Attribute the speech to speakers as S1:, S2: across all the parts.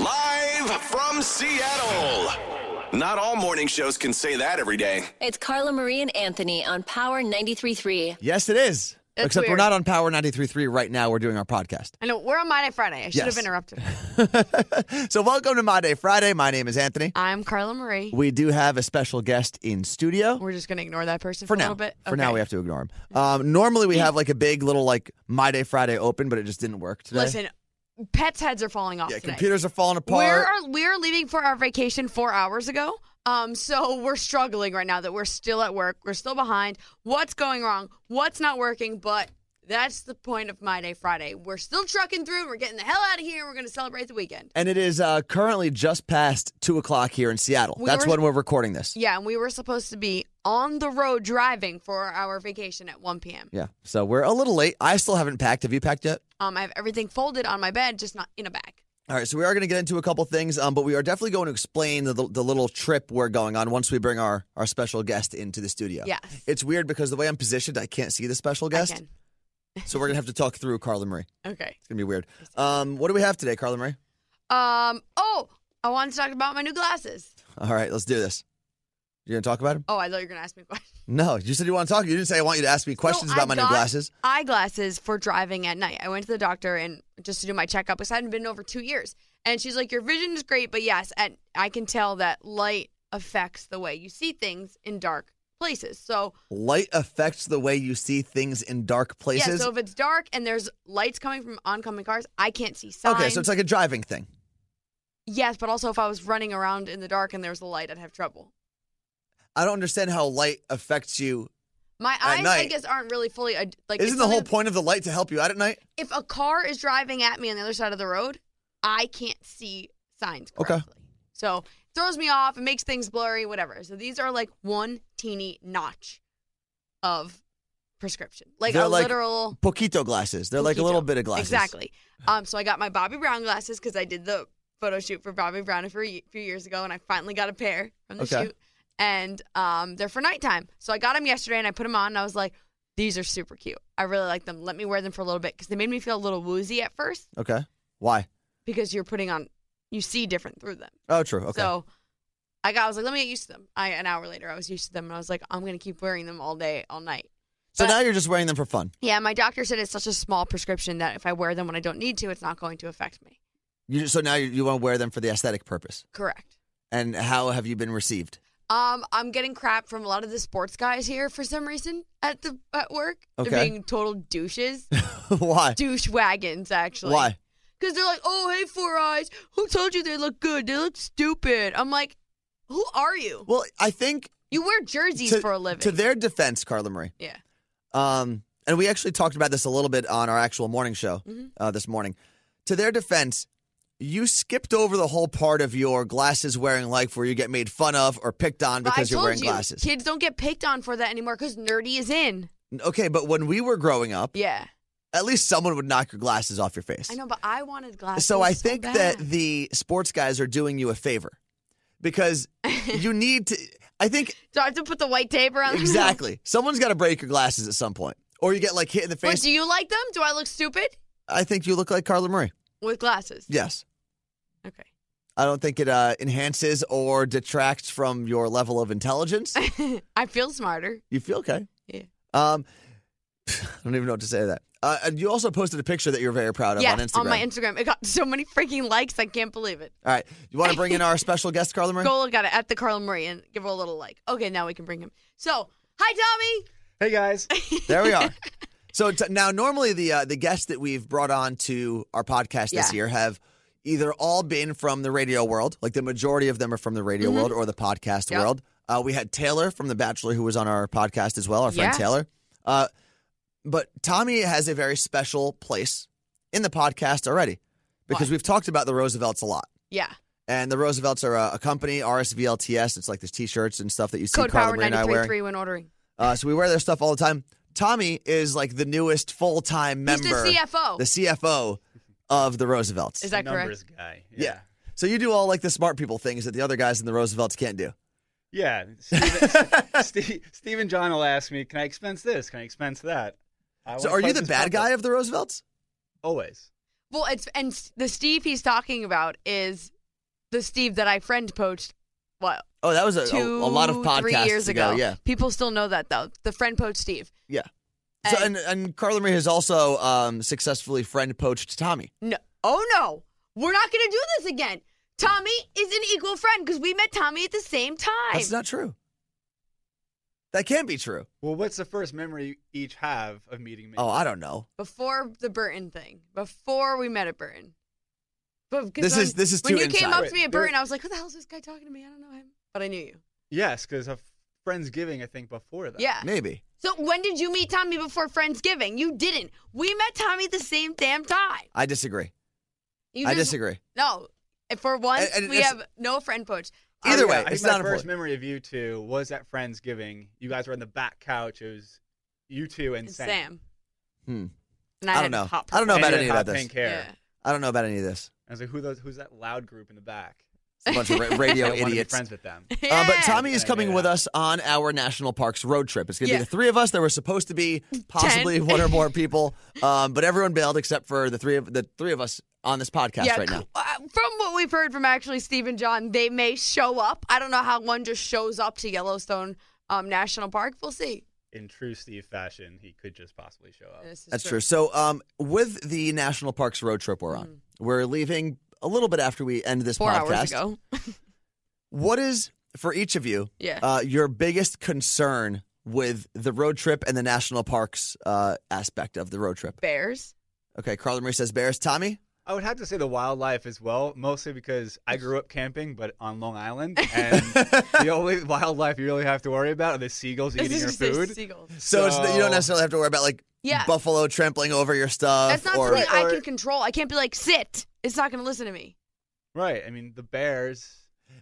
S1: Live from Seattle. Not all morning shows can say that every day.
S2: It's Carla Marie and Anthony on Power 93.3.
S3: Yes, it is.
S4: That's
S3: Except we're
S4: weird.
S3: not on Power 93.3 right now. We're doing our podcast.
S4: I know we're on My Night Friday. I should
S3: Yes.
S4: have interrupted.
S3: So, welcome to My Day Friday. My name is Anthony.
S4: I'm Carla Marie.
S3: We do have a special guest in studio.
S4: We're just gonna ignore that person for,
S3: For
S4: a
S3: now.
S4: little bit.
S3: For now, we have to ignore him. Um, normally, we have like a big little like My Day Friday open, but it just didn't work today.
S4: listen. Pets' heads are falling off.
S3: yeah,
S4: today.
S3: computers are falling
S4: We
S3: apart.
S4: are we are leaving for our vacation four hours ago. Um, so we're struggling right now that we're still at work. We're still behind. What's going wrong? What's not working? But that's the point of My Day Friday. We're still trucking through. We're getting the hell out of here. We're gonna celebrate the weekend.
S3: and it is uh, currently just past two o'clock here in Seattle.
S4: We
S3: That's
S4: were-
S3: when we're recording this.
S4: Yeah, and we were supposed to be on the road driving for our vacation at 1 p.m.
S3: Yeah. So we're a little late. I still haven't packed. Have you packed yet?
S4: Um, I have everything folded on my bed, just not in a bag.
S3: All right, so we are going to get into a couple things, um, but we are definitely going to explain the, the, little trip we're going on once we bring our, our special guest into the studio.
S4: Yes.
S3: It's weird because the way I'm positioned, I can't see the special guest.
S4: I can.
S3: So we're going to have to talk through Carla Marie. It's
S4: Okay.
S3: going to be weird. Um, what do we have today, Carla Marie?
S4: Um. Oh, I wanted to talk about my new glasses.
S3: All right, let's do this. You're going to talk about him?
S4: Oh, I thought you were gonna ask me questions.
S3: No, you said you want to talk. You didn't say I want you to ask me questions
S4: So I
S3: about my new
S4: got
S3: glasses.
S4: Eyeglasses for driving at night. I went to the doctor and just to do my checkup because I hadn't been in over two years. And she's like, "Your vision is great, but yes, and I can tell that light affects the way you see things in dark places. So
S3: Light affects the way you see things in dark
S4: yeah,
S3: places.
S4: so if it's dark and there's lights coming from oncoming cars, I can't see signs.
S3: okay, so it's like a driving thing.
S4: yes, but also if I was running around in the dark and there was a light, I'd have trouble.
S3: I don't understand how light affects you.
S4: My eyes, I
S3: night.
S4: guess, aren't really fully ad- like. it's
S3: Isn't the whole
S4: something-
S3: point of the light to help you out at night?
S4: If a car is driving at me on the other side of the road, I can't see signs
S3: Okay.
S4: correctly. So it throws me off. It makes things blurry. Whatever. So these are like one teeny notch of prescription, like
S3: They're
S4: a
S3: like
S4: literal.
S3: Poquito glasses. They're like a little
S4: poquito.
S3: bit of glasses.
S4: Exactly. Um. So I got my Bobby Brown glasses because I did the photo shoot for Bobby Brown a few few years ago, and I finally got a pair from the
S3: Okay.
S4: shoot. And um, they're for nighttime. So I got them yesterday, and I put them on, and I was like, "These are super cute. I really like them. Let me wear them for a little bit because they made me feel a little woozy at first
S3: Okay. Why?
S4: because you're putting on, you see different through them.
S3: Oh, true. Okay.
S4: So I got, I was like, let me get used to them. I an hour later, I was used to them, and I was like, I'm gonna keep wearing them all day, all night.
S3: So
S4: but-
S3: now you're just wearing them for fun.
S4: Yeah, my doctor said it's such a small prescription that if I wear them when I don't need to, it's not going to affect me.
S3: You so now you, you want to wear them for the aesthetic purpose.
S4: Correct.
S3: And how have you been received?
S4: Um, I'm getting crap from a lot of the sports guys here for some reason at the at work. They're
S3: Okay.
S4: being total douches,
S3: Why?
S4: douche wagons actually.
S3: Why?
S4: Because they're like, "Oh, hey, four eyes, who told you they look good? They look stupid." I'm like, "Who are you?
S3: Well, I think
S4: You wear jerseys
S3: to,
S4: for a living."
S3: to their defense, Carla Marie.
S4: yeah,
S3: Um, and we actually talked about this a little bit on our actual morning show
S4: Mm-hmm.
S3: uh, this morning. To their defense, you skipped over the whole part of your glasses wearing life where you get made fun of or picked on
S4: but I
S3: because
S4: told
S3: you're wearing
S4: you,
S3: glasses.
S4: kids don't get picked on for that anymore because nerdy is in.
S3: Okay, but when we were growing up,
S4: Yeah,
S3: at least someone would knock your glasses off your face.
S4: I know, but I wanted glasses.
S3: so I think that
S4: bad.
S3: the sports guys are doing you a favor because you need to. I think
S4: so I have to put the white tape around. them?
S3: exactly someone's got to break your glasses at some point, or you get like hit in the
S4: But
S3: face.
S4: do you like them? Do I look stupid
S3: I think you look like Carla Murray.
S4: with glasses?
S3: Yes,
S4: Okay.
S3: I don't think it uh, enhances or detracts from your level of intelligence.
S4: I feel smarter.
S3: you feel okay.
S4: Yeah.
S3: Um, I don't even know what to say to that. Uh, and you also posted a picture that you're very proud of
S4: yes,
S3: on Instagram.
S4: my Instagram. It got so many freaking likes, I can't believe it.
S3: All right, you want to bring in our special guest, Carla Murray?
S4: Go look at it at the Carla Marie and give her a little like. Okay, now we can bring him. So, hi Tommy.
S5: Hey guys.
S3: There we are. So t- now, normally the uh, the guests that we've brought on to our podcast
S4: Yeah.
S3: this year have either all been from the radio world, like the majority of them are from the radio world or the podcast
S4: Mm-hmm. Yep.
S3: world. Uh, we had Taylor from The Bachelor who was on our podcast as well, our friend
S4: Yeah.
S3: Taylor. Uh, but Tommy has a very special place in the podcast already because
S4: Why?
S3: we've talked about the Roosevelts a lot.
S4: Yeah,
S3: And the Roosevelts are a, a company, RSVLTS. It's like these T-shirts and stuff that you see
S4: code
S3: Carla
S4: power
S3: Marie and I
S4: ninety three
S3: wearing.
S4: three when ordering.
S3: Uh, so we wear their stuff all the time. Tommy is like the newest full time
S4: He's
S3: member,
S4: the CFO.
S3: the CFO of the Roosevelts.
S4: Is that correct?
S5: Numbers guy.
S3: yeah. So you do all like the smart people things that the other guys in the Roosevelts can't do.
S5: Yeah. Steve, Steve, Steve and John will ask me, "Can I expense this? Can I expense that?" I
S3: So
S5: wanna
S3: are you
S5: fight
S3: the
S5: this
S3: bad
S5: couple.
S3: guy of the Roosevelts?
S5: Always.
S4: Well, it's and s- the Steve he's talking about is the Steve that I friend poached. What
S3: Oh, that was a,
S4: two,
S3: a, a lot of podcasts
S4: three years
S3: ago.
S4: ago.
S3: Yeah,
S4: people still know that though. The friend poached Steve.
S3: yeah. So, and,
S4: And-
S3: and Carla Marie has also um, successfully friend poached Tommy.
S4: No, oh no, we're not gonna do this again. Tommy is an equal friend because we met Tommy at the same time.
S3: That's not true. That can't be true.
S5: Well, what's the first memory you each have of meeting me?
S3: Oh, I don't know.
S4: before the Burton thing, before we met at Burton. But 'cause
S3: This
S4: when,
S3: is- this is
S4: when
S3: too
S4: you came
S3: inside.
S4: up to me
S5: Right,
S4: at
S5: there-
S4: Burton, I was like, "Who the hell is this guy talking to me? I don't know him." But I knew you.
S5: yes, because of Friendsgiving, I think before that.
S4: Yeah.
S3: Maybe.
S4: So when did you meet Tommy before Friendsgiving? You didn't. We met Tommy at the same damn time.
S3: I disagree.
S4: You
S3: I
S4: just-
S3: disagree.
S4: No. If For once,
S3: And- and
S4: we
S3: it's-
S4: have no friend poach.
S5: Oh,
S3: Either
S5: yeah,
S3: way,
S5: I think
S3: it's
S5: my
S3: not
S5: first
S3: important.
S5: memory of you two was at Friendsgiving. You guys were on the back couch. It was you two and,
S4: And Sam.
S3: Hmm.
S4: And I,
S3: I
S4: had
S3: don't know.
S4: hot
S3: I don't know
S5: And
S3: about
S5: you had
S3: any of
S5: hot
S3: that this.
S5: Pink hair.
S4: Yeah.
S3: I don't know about any of this.
S5: I was like, who those? Who's that loud group in the back?
S3: It's a bunch of ra-
S5: I
S3: radio
S5: wanna be
S3: idiots.
S5: friends with them.
S3: Uh, but
S4: Yeah.
S3: Tommy is
S5: Yeah,
S3: coming
S5: yeah,
S3: with
S5: yeah.
S3: us on our national parks road trip. It's going to
S4: Yeah.
S3: be the three of us. There were supposed to be possibly
S4: Ten.
S3: one or more people, um, but everyone bailed except for the three of the three of us on this podcast right now.
S4: c- uh, From what we've heard from actually Steve and John, they may show up. I don't know how one just shows up to Yellowstone um, National Park. We'll see.
S5: In true Steve fashion, he could just possibly show up.
S4: This is
S3: That's true. So, um, with the national parks road trip we're on, we're leaving a little bit after we end this
S4: Mm-hmm. Four
S3: podcast.
S4: hours ago.
S3: What is for each of you?
S4: Yeah.
S3: Uh, your biggest concern with the road trip and the national parks uh, aspect of the road trip.
S4: Bears.
S3: Okay, Carla Marie says bears. Tommy,
S5: I would have to say the wildlife as well, mostly because I grew up camping, but on Long Island, and the only wildlife you really have to worry about are the seagulls eating your
S4: Just gonna say
S5: food.
S4: seagulls.
S3: so, it's, you don't necessarily have to worry about like
S4: Yeah.
S3: buffalo trampling over your stuff.
S4: That's not
S3: or,
S4: something I
S5: or-
S4: can control. I can't be like, sit. It's not going to listen to me.
S5: Right. I mean, the bears.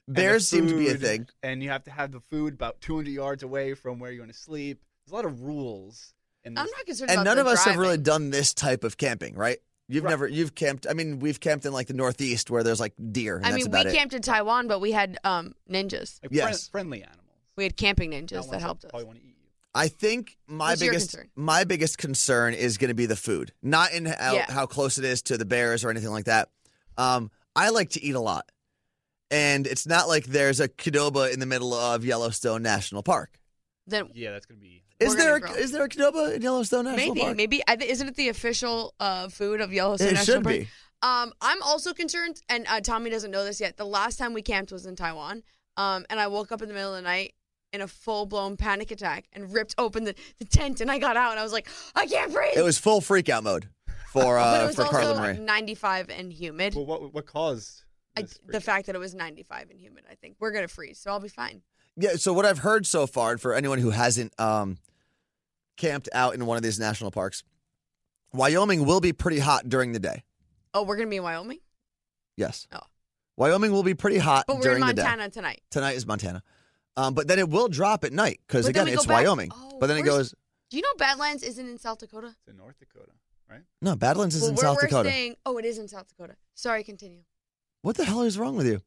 S5: and the
S3: Bears seem to be a
S5: food,
S3: thing.
S5: and you have to have the food about 200 yards away from where you're going to sleep. There's a lot of rules. In
S4: I'm
S5: this.
S4: not concerned
S3: And
S4: about
S3: none
S4: the
S3: of us have really
S4: driving.
S3: done this type of camping, right? You've
S5: Right.
S3: never you've camped. I mean, we've camped in like the Northeast where there's like deer. And
S4: I
S3: that's
S4: mean, we
S3: about it.
S4: camped in Taiwan, but we had um, ninjas.
S5: like,
S3: Yes.
S5: friend- friendly animals.
S4: We had camping
S5: Not
S4: ninjas
S5: ones
S4: that helped
S5: Probably
S4: us.
S5: want to eat you.
S3: I think my
S4: What's your
S3: biggest
S4: concern?
S3: my biggest concern is going to be the food, not in how,
S4: Yeah.
S3: how close it is to the bears or anything like that. Um, I like to eat a lot, and it's not like there's a Qdoba in the middle of Yellowstone National Park.
S4: Then
S5: Yeah, that's going to be.
S3: Is
S4: We're
S3: there
S4: gonna
S3: a,
S4: grow.
S3: is there a Qdoba in Yellowstone National
S4: maybe,
S3: Park?
S4: maybe I thi- isn't it the official uh, food of Yellowstone
S3: It
S4: National
S3: should
S4: Park?
S3: be.
S4: Um, I'm also concerned, and uh, Tommy doesn't know this yet. The last time we camped was in Taiwan, um, and I woke up in the middle of the night in a full blown panic attack and ripped open the, the tent, and I got out, and I was like, I can't breathe.
S3: It was full freakout mode for
S4: but it
S3: uh,
S4: was
S3: for
S4: also um,
S3: Carla Marie.
S4: 95 and humid.
S5: Well, what, what caused
S4: I,
S5: this
S4: the
S5: freak?
S4: fact that it was 95 and humid, I think we're gonna freeze, so I'll be fine.
S3: Yeah. So what I've heard so far, and for anyone who hasn't um, camped out in one of these national parks, Wyoming will be pretty hot during the day.
S4: Oh, we're gonna be in Wyoming,
S3: Yes.
S4: Oh.
S3: Wyoming will be pretty hot
S4: but we're in
S3: during the day.
S4: Montana tonight.
S3: Tonight is Montana, um, but then it will drop at night because
S4: But then
S3: again,
S4: we go
S3: it's
S4: back-
S3: Wyoming.
S4: Oh,
S3: but then it
S4: where's-
S3: goes.
S4: Do you know Badlands isn't in South Dakota?
S5: It's in North Dakota, right?
S3: No, Badlands is
S4: well,
S3: in
S4: we're,
S3: South
S4: we're
S3: Dakota.
S4: saying, oh, it is in South Dakota. Sorry, continue.
S3: What the hell is wrong with you?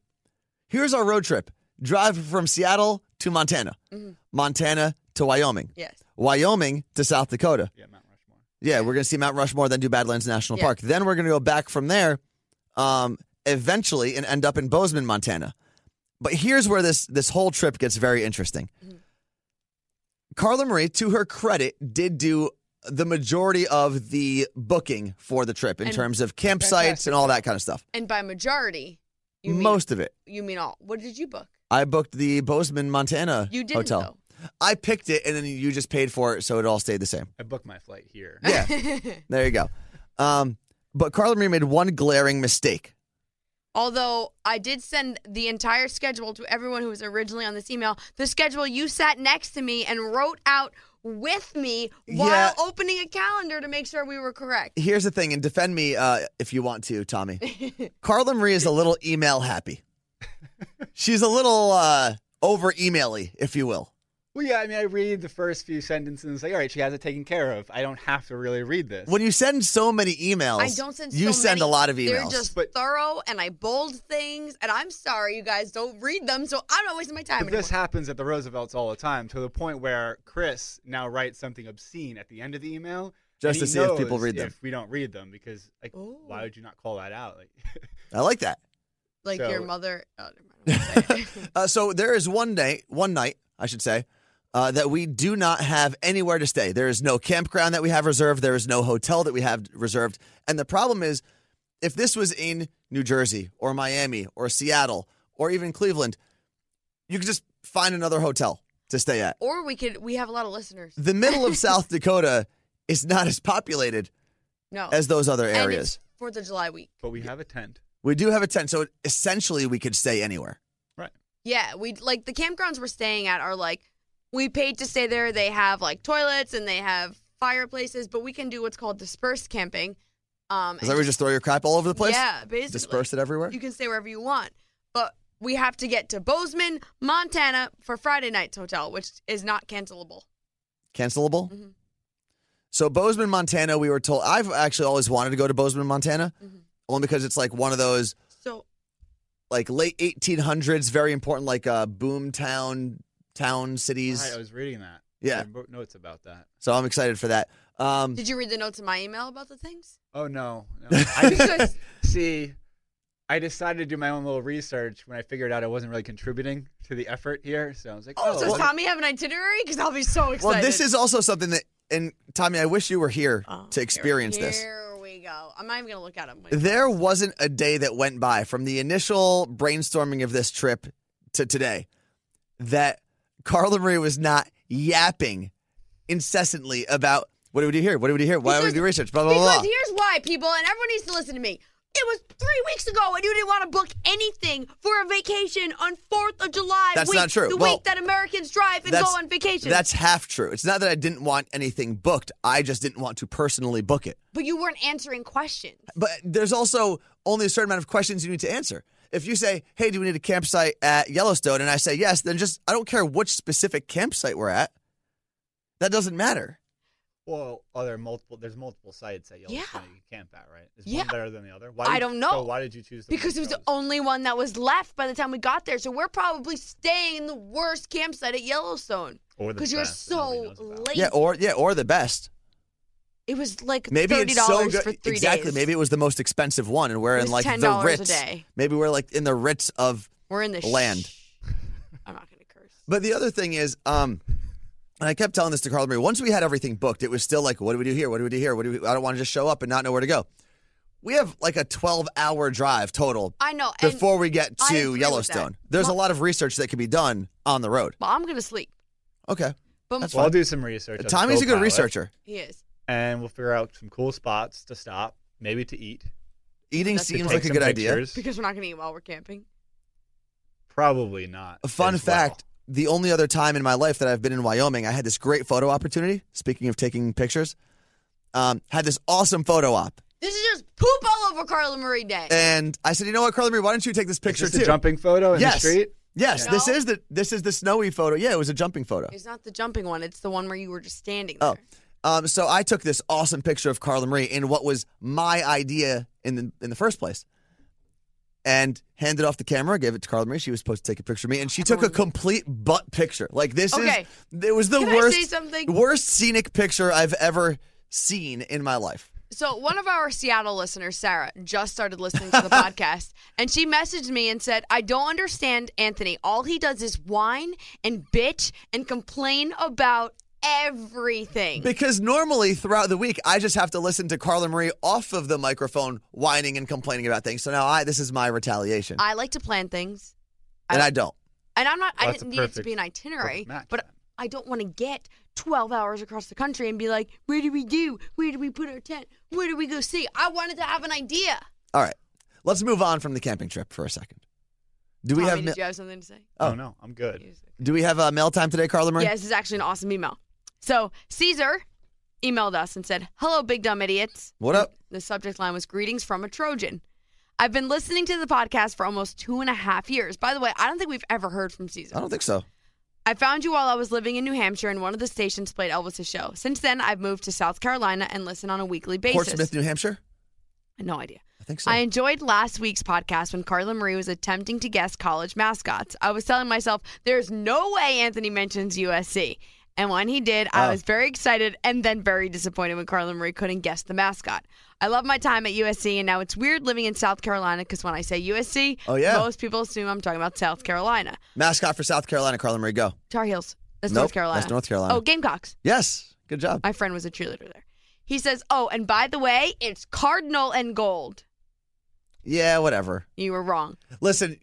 S3: Here's our road trip: drive from Seattle to Montana,
S4: Mm-hmm.
S3: Montana to Wyoming,
S4: Yes.
S3: Wyoming to South Dakota.
S5: Yeah, Mount Rushmore.
S3: Yeah, we're gonna see Mount Rushmore, then do Badlands National
S4: Yeah.
S3: Park. Then we're gonna go back from there, um, eventually, and end up in Bozeman, Montana. But here's where this this whole trip gets very interesting.
S4: Mm-hmm.
S3: Carla Marie, to her credit, did do the majority of the booking for the trip in
S4: And-
S3: terms of campsites and all that kind of stuff.
S4: And by majority, you mean
S3: Most of it,
S4: You mean all? What did you book?
S3: I booked the Bozeman, Montana
S4: You didn't
S3: hotel. I picked it, and then you just paid for it, so it all stayed the same.
S5: I booked my flight here.
S3: Yeah, there you go. Um, but Carla Marie made one glaring mistake.
S4: Although I did send the entire schedule to everyone who was originally on this email, the schedule you sat next to me and wrote out with me while
S3: Yeah.
S4: opening a calendar to make sure we were correct.
S3: here's the thing, and defend me uh, if you want to, Tommy. Carla Marie is a little email happy. She's a little uh, over emaily, if you will.
S5: Well, yeah, I mean, I read the first few sentences and it's like, all right, she has it taken care of. I don't have to really read this.
S3: When you send so many emails,
S4: I don't send.
S3: you
S4: so
S3: send
S4: many.
S3: a lot of
S4: They're
S3: emails.
S4: just
S5: But-
S4: thorough, and I bold things. And I'm sorry, you guys don't read them, so I'm not wasting my time.
S5: But this
S4: anymore.
S5: happens at the Roosevelts all the time to the point where Chris now writes something obscene at the end of the email.
S3: Just
S5: and he
S3: to see if people
S5: knows
S3: read them.
S5: If we don't read them, because like,
S4: Ooh.
S5: why would you not call that out? Like,
S3: I like that.
S4: like
S5: So-
S4: your mother. Oh, never mind. I won't say it.
S3: Uh, so there is one day, one night, I should say, uh, that we do not have anywhere to stay. There is no campground that we have reserved. There is no hotel that we have reserved. And the problem is, if this was in New Jersey or Miami or Seattle or even Cleveland, you could just find another hotel to stay at.
S4: or we could. We have a lot of listeners.
S3: The middle of South Dakota is not as populated
S4: No.
S3: as those other
S4: And
S3: areas.
S4: it's Fourth of July week.
S5: But we have a tent.
S3: We do have a tent, so essentially we could stay anywhere.
S5: Right.
S4: Yeah, we like the campgrounds we're staying at are like we paid to stay there. They have like toilets and they have fireplaces, but we can do what's called dispersed camping. Um,
S3: Is
S4: and
S3: that where you just throw your crap all over the place?
S4: Yeah, basically
S3: Disperse it everywhere?
S4: You can stay wherever you want, but we have to get to Bozeman, Montana for Friday night's hotel, which is not cancelable.
S3: cancelable. So Bozeman, Montana, we were told. I've actually always wanted to go to Bozeman, Montana, only because it's like one of those
S4: So
S3: like late 1800s, very important like uh, boom town town cities.
S5: Right, I was reading that.
S3: Yeah.
S5: There were notes about that.
S3: So I'm excited for that. Um,
S4: did you read the notes in my email about the things?
S5: Oh no. no. I just, see, I decided to do my own little research when I figured out I wasn't really contributing to the effort here. So I was like,
S4: Oh,
S5: oh,
S4: does
S5: well,
S4: Tommy have an itinerary? Because I'll be so excited.
S3: well, this is also something that, and Tommy, I wish you were here to experience
S4: here,
S3: this.
S4: Here we go. I'm not even gonna look at him.
S3: There wasn't a day that went by from the initial brainstorming of this trip to today that Carla Marie was not yapping incessantly about what do we do here? What do we do here? Why do we
S4: Because-
S3: do research? Blah, blah,
S4: Because
S3: blah.
S4: here's why, people, and everyone needs to listen to me. It was three weeks ago, and you didn't want to book anything for a vacation on Fourth of July.
S3: That's
S4: week,
S3: not true.
S4: The
S3: Well,
S4: week that Americans drive and go
S3: that's-
S4: on vacation.
S3: That's half true. It's not that I didn't want anything booked. I just didn't want to personally book it.
S4: but you weren't answering questions.
S3: But there's also only a certain amount of questions you need to answer. If you say, hey, do we need a campsite at Yellowstone? And I say yes, then just, I don't care which specific campsite we're at. That doesn't matter.
S5: well, oh, there are multiple. There's multiple sites that
S4: Yeah.
S5: Yellowstone you can camp at, right? Is
S4: Yeah.
S5: one better than the other? Why
S4: I
S5: did-
S4: don't
S5: so
S4: know.
S5: why did you choose? The one
S4: Because it
S5: you
S4: was the
S5: chose?
S4: only one that was left by the time we got there. So we're probably staying in the worst campsite at Yellowstone.
S5: Or the
S4: Because you're
S5: best that nobody
S4: so
S5: knows about.
S4: late.
S3: Yeah, or yeah, or the best.
S4: it was like
S3: Maybe
S4: $30
S3: it's so good.
S4: for three
S3: exactly.
S4: days.
S3: Maybe it was the most expensive one, and we're in
S4: It was
S3: like the
S4: $10 a
S3: Ritz.
S4: day.
S3: Maybe we're like in the Ritz of.
S4: We're in the
S3: Land.
S4: Shh. I'm not going to curse.
S3: But the other thing is, um, and I kept telling this to Carla Marie. Once we had everything booked, it was still like, what do we do here? What do we do here? What do we? I don't want to just show up and not know where to go. We have like a 12-hour drive total
S4: I know. and-
S3: before we get
S4: I agree
S3: to
S4: with
S3: Yellowstone.
S4: that.
S3: There's a
S4: Well-
S3: lot of research that can be done on the road.
S4: Well, I'm going to sleep.
S3: Okay,
S4: But
S3: That's
S5: Well, I'll do some research. on
S3: Tommy's a good
S5: Copilot,
S3: researcher.
S4: he is.
S5: and we'll figure out some cool spots to stop, maybe to eat.
S3: Eating
S4: That's a
S3: seems
S5: take
S3: like a
S5: some
S3: good idea.
S5: pictures.
S4: Because we're not going to eat while we're camping.
S5: Probably not.
S3: A fun
S5: as well.
S3: fact the only other time in my life that I've been in Wyoming, I had this great photo opportunity. Speaking of taking pictures, um, had this awesome photo op.
S4: This is just poop all over Carla Marie Day.
S3: And I said, you know what, Carla Marie, why don't you take this
S5: Is
S3: picture
S5: this a
S3: too?
S5: jumping photo in
S3: yes.
S5: the street.
S3: Yes,
S4: Yeah.
S3: this
S4: No.
S3: is the this is the snowy photo. Yeah, it was a jumping photo.
S4: it's not the jumping one. It's the one where you were just standing there.
S3: Oh. Um, so I took this awesome picture of Carla Marie in what was my idea in the in the first place. And handed off the camera, gave it to Carla Marie. She was supposed to take a picture of me, and she took a complete butt picture. Like this
S4: Okay.
S3: is it was the
S4: Can I
S3: worst
S4: say something?
S3: worst scenic picture I've ever seen in my life.
S4: So one of our Seattle listeners, Sarah, just started listening to the podcast, and she messaged me and said, "I don't understand Anthony. All he does is whine and bitch and complain about everything."
S3: Because normally throughout the week I just have to listen to Carla Marie off of the microphone whining and complaining about things. So now I this is my retaliation.
S4: I like to plan things,
S3: and I don't.
S4: and I'm not. I
S5: Well, that's
S4: didn't
S5: a
S4: need it to
S5: perfect-
S4: be an itinerary,
S5: perfect match
S4: but
S5: then.
S4: I don't want to get 12 hours across the country and be like, "Where do we do? Where do we put our tent? Where do we go see?" I wanted to have an idea.
S3: All right. Let's move on from the camping trip for a second. Do we
S4: Tommy,
S3: have ma-
S4: did you have something to say?
S5: Oh no, I'm good.
S3: do we have a mail time today, Carla Marie?
S4: Yeah, this is actually an awesome email. So Caesar emailed us and said, "Hello, big dumb idiots."
S3: What up?
S4: The subject line was "Greetings from a Trojan." I've been listening to the podcast for almost two and a half years. By the way, I don't think we've ever heard from Caesar.
S3: I don't think so.
S4: I found you while I was living in New Hampshire, and one of the stations played Elvis's show. Since then, I've moved to South Carolina and listen on a weekly basis.
S3: Portsmouth, New Hampshire?
S4: no idea.
S3: I think so.
S4: I enjoyed last week's podcast when Carla Marie was attempting to guess college mascots. I was telling myself, there's no way Anthony mentions USC. And when he did, I
S3: Oh.
S4: was very excited and then very disappointed when Carla Marie couldn't guess the mascot. I love my time at USC, and now it's weird living in South Carolina because when I say USC,
S3: Oh, yeah.
S4: most people assume I'm talking about South Carolina.
S3: Mascot for South Carolina, Carla Marie, go.
S4: Tar Heels. That's
S3: Nope,
S4: North Carolina.
S3: that's North Carolina.
S4: Oh, Gamecocks.
S3: Yes. Good job.
S4: My friend was a cheerleader there. He says, "Oh, and by the way, it's cardinal and gold."
S3: Yeah, whatever.
S4: You were wrong.
S3: Listen,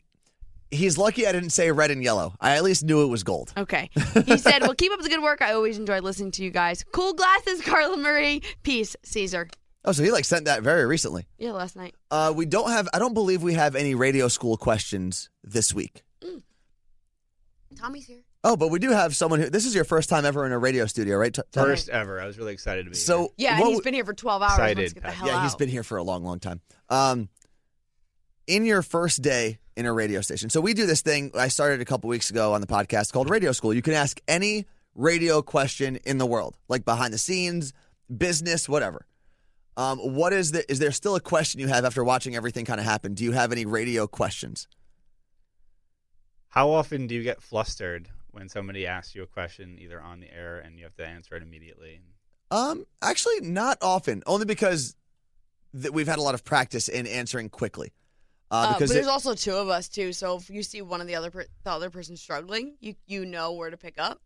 S3: he's lucky I didn't say red and yellow. I at least knew it was gold.
S4: Okay. He said, "Well, keep up the good work. I always enjoy listening to you guys. Cool glasses, Carla Marie. Peace, Caesar."
S3: Oh, so he like sent that very recently.
S4: Yeah, last night.
S3: Uh, we don't have. I don't believe we have any radio school questions this week.
S4: Tommy's here.
S3: Oh, but we do have someone who. This is your first time ever in a radio studio, right? T- Tom?
S5: First ever. I was really excited to be
S3: So
S4: Yeah,
S3: what
S4: and he's
S3: w-
S4: been here for 12 hours. Let's get
S5: Excited,
S4: the
S5: Pat.
S4: hell
S3: yeah, he's
S4: out.
S3: been here for a long, long time. Um, in your first day in a radio station, so we do this thing I started a couple weeks ago on the podcast called Radio School. You can ask any radio question in the world, like behind the scenes, business, whatever. Um, what is the? Is there still a question you have after watching everything kind of happen? Do you have any radio questions?
S5: How often do you get flustered when somebody asks you a question either on the air and you have to answer it immediately?
S3: Um, actually, not often. Only because th- we've had a lot of practice in answering quickly. Uh,
S4: Uh, but
S3: because
S4: there's
S3: it-
S4: also two of us too, so if you see one of the other per- the other person struggling, you you know where to pick up.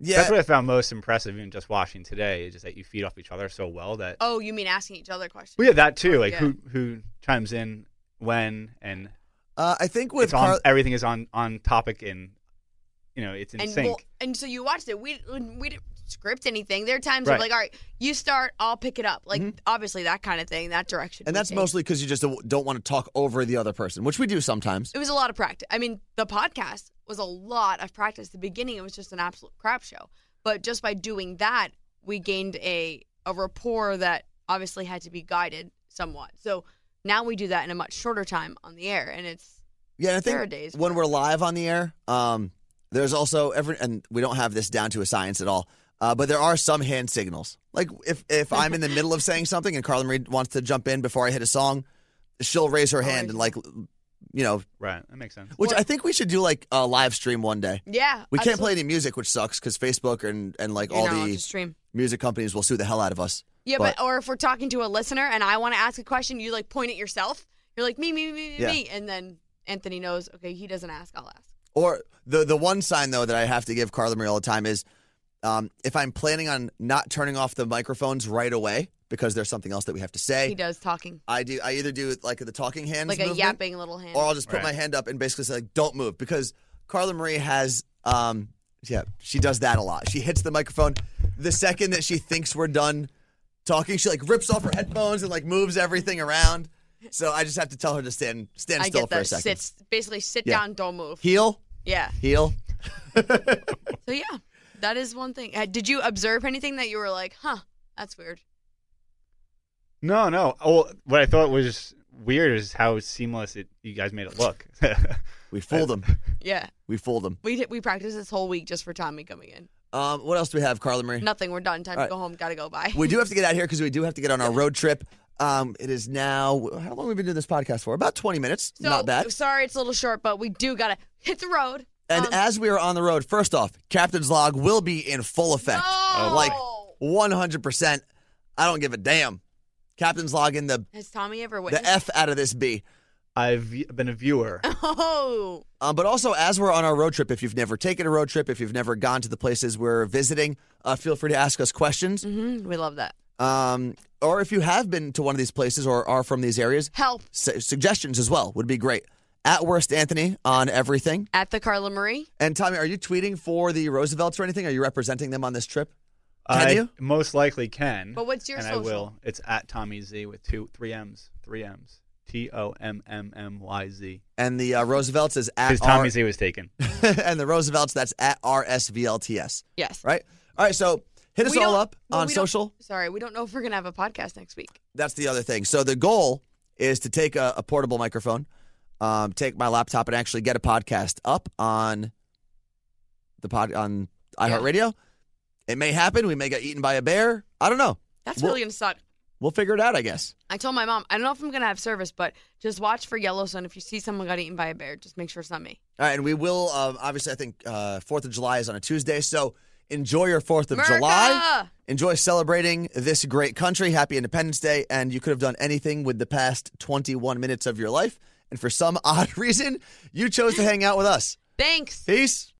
S3: yeah,
S5: That's what I found most impressive, even just watching today, is just that you feed off each other so well that.
S4: Oh, you mean asking each other questions?
S5: Well, yeah, that too. Like
S4: yeah.
S5: who who chimes in when and
S3: uh, I think with
S5: it's on,
S3: Carl-
S5: everything is on on topic and you know it's in
S4: and
S5: sync.
S4: we'll- and so you watched it. We we didn't script anything. There are times
S5: Right.
S4: where like, all right, you start, I'll pick it up. Like obviously that kind of thing, that direction.
S3: Mm-hmm. And
S4: we
S3: that's
S4: take.
S3: mostly because you just don't- don't want to talk over the other person, which we do sometimes.
S4: It was a lot of practice. I mean, the podcast was a lot of practice. The beginning, it was just an absolute crap show. But just by doing that, we gained a a rapport that obviously had to be guided somewhat. So now we do that in a much shorter time on the air, and it's
S3: Yeah, and I think
S4: There are days
S3: when we're live on the air, um, there's also every, and we don't have this down to a science at all. Uh, but there are some hand signals. Like if if I'm in the middle of saying something and Carla Marie wants to jump in before I hit a song, she'll raise her hand and like, you know,
S5: right, that makes sense.
S3: which I think we should do like a live stream one day.
S4: yeah.
S3: We can't
S4: absolutely.
S3: play any music, which sucks because Facebook and and like
S4: You're
S3: all
S4: not allowed
S3: the
S4: to stream.
S3: music companies will sue the hell out of us.
S4: Yeah, but, or if we're talking to a listener and I want to ask a question, you like point at yourself. You're like me, me, me, me,
S3: Yeah.
S4: me, and then Anthony knows. Okay, he doesn't ask. I'll ask.
S3: Or the the one sign though that I have to give Carla Marie all the time is um, if I'm planning on not turning off the microphones right away because there's something else that we have to
S4: He
S3: say.
S4: does talking
S3: I do. I either do like the talking hands,
S4: like
S3: movement,
S4: a yapping little hand.
S3: or I'll just put
S5: Right.
S3: my hand up and basically say like, "Don't move," because Carla Marie has. Um, yeah, she does that a lot. She hits the microphone the second that she thinks we're done talking. She like rips off her headphones and like moves everything around. So I just have to tell her to stand stand
S4: I
S3: still
S4: get
S3: for a
S4: that.
S3: second.
S4: Sit, basically, sit
S3: Yeah.
S4: down, don't move.
S3: Heel,
S4: yeah.
S3: heel.
S4: So yeah, that is one thing. Uh, Did you observe anything that you were like, huh, that's weird?
S5: No, no. Oh, what I thought was weird is how seamless it you guys made it look.
S3: We fooled them.
S4: Yeah,
S3: We fooled them.
S4: we did, we practiced this whole week just for Tommy coming in.
S3: Um, what else do we have, Carla Marie?
S4: Nothing, we're done. Time
S3: All
S4: to
S3: right.
S4: go home. Gotta go. Bye.
S3: We do have to get out here because we do have to get on our road trip. Um, it is now. How long have we been doing this podcast for? About twenty minutes.
S4: so,
S3: Not bad.
S4: Sorry, it's a little short, but we do gotta hit the road.
S3: And
S4: Um,
S3: as we are on the road, first off, Captain's Log will be in full effect.
S4: No!
S3: Like
S4: Oh!
S3: 100%. I don't give a damn. Captain's Log in the,
S4: has Tommy ever
S3: the
S4: witnessed?
S3: F out of this B.
S5: I've been a viewer.
S4: oh,
S3: Um, but also, as we're on our road trip, if you've never taken a road trip, if you've never gone to the places we're visiting, uh, feel free to ask us questions.
S4: hmm we love that.
S3: Um, or if you have been to one of these places or are from these areas,
S4: Help
S3: su- suggestions as well would be great. At worst, Anthony on everything.
S4: at the Carla Marie.
S3: And Tommy, are you tweeting for the Roosevelts or anything? Are you representing them on this trip? Can
S5: I
S3: you?
S5: most likely can.
S4: But what's your
S5: and
S4: social?
S5: I will. It's at Tommy Z with two three M's. Three M's. T O M M M Y Z.
S3: And the uh, Roosevelts is at
S5: Because Tommy Z was taken.
S3: R- and the Roosevelts that's at RSVLTS,
S4: Yes.
S3: right? All right, so hit us
S4: We
S3: all
S4: don't-
S3: up
S4: well,
S3: on
S4: we don't-
S3: social.
S4: Sorry, we don't know if we're gonna have a podcast next week.
S3: That's the other thing. So the goal is to take a, a portable microphone, um, take my laptop, and actually get a podcast up on the pod on iHeartRadio. It may happen. We may get eaten by a bear. I don't know.
S4: That's
S3: Well-
S4: really gonna suck.
S3: We'll figure it out, I guess.
S4: I told my mom, I don't know if I'm gonna have service, but just watch for Yellowstone. If you see someone got eaten by
S3: Uh,
S4: a bear, just make sure it's not me.
S3: All right, and we will. Um, obviously, I think Fourth of July is on a Tuesday, so Enjoy your 4th of
S4: America!
S3: July. Enjoy celebrating this great country. Happy Independence Day. And you could have done anything with the past 21 minutes of your life. And for some odd reason, you chose to hang out with us.
S4: Thanks.
S3: Peace.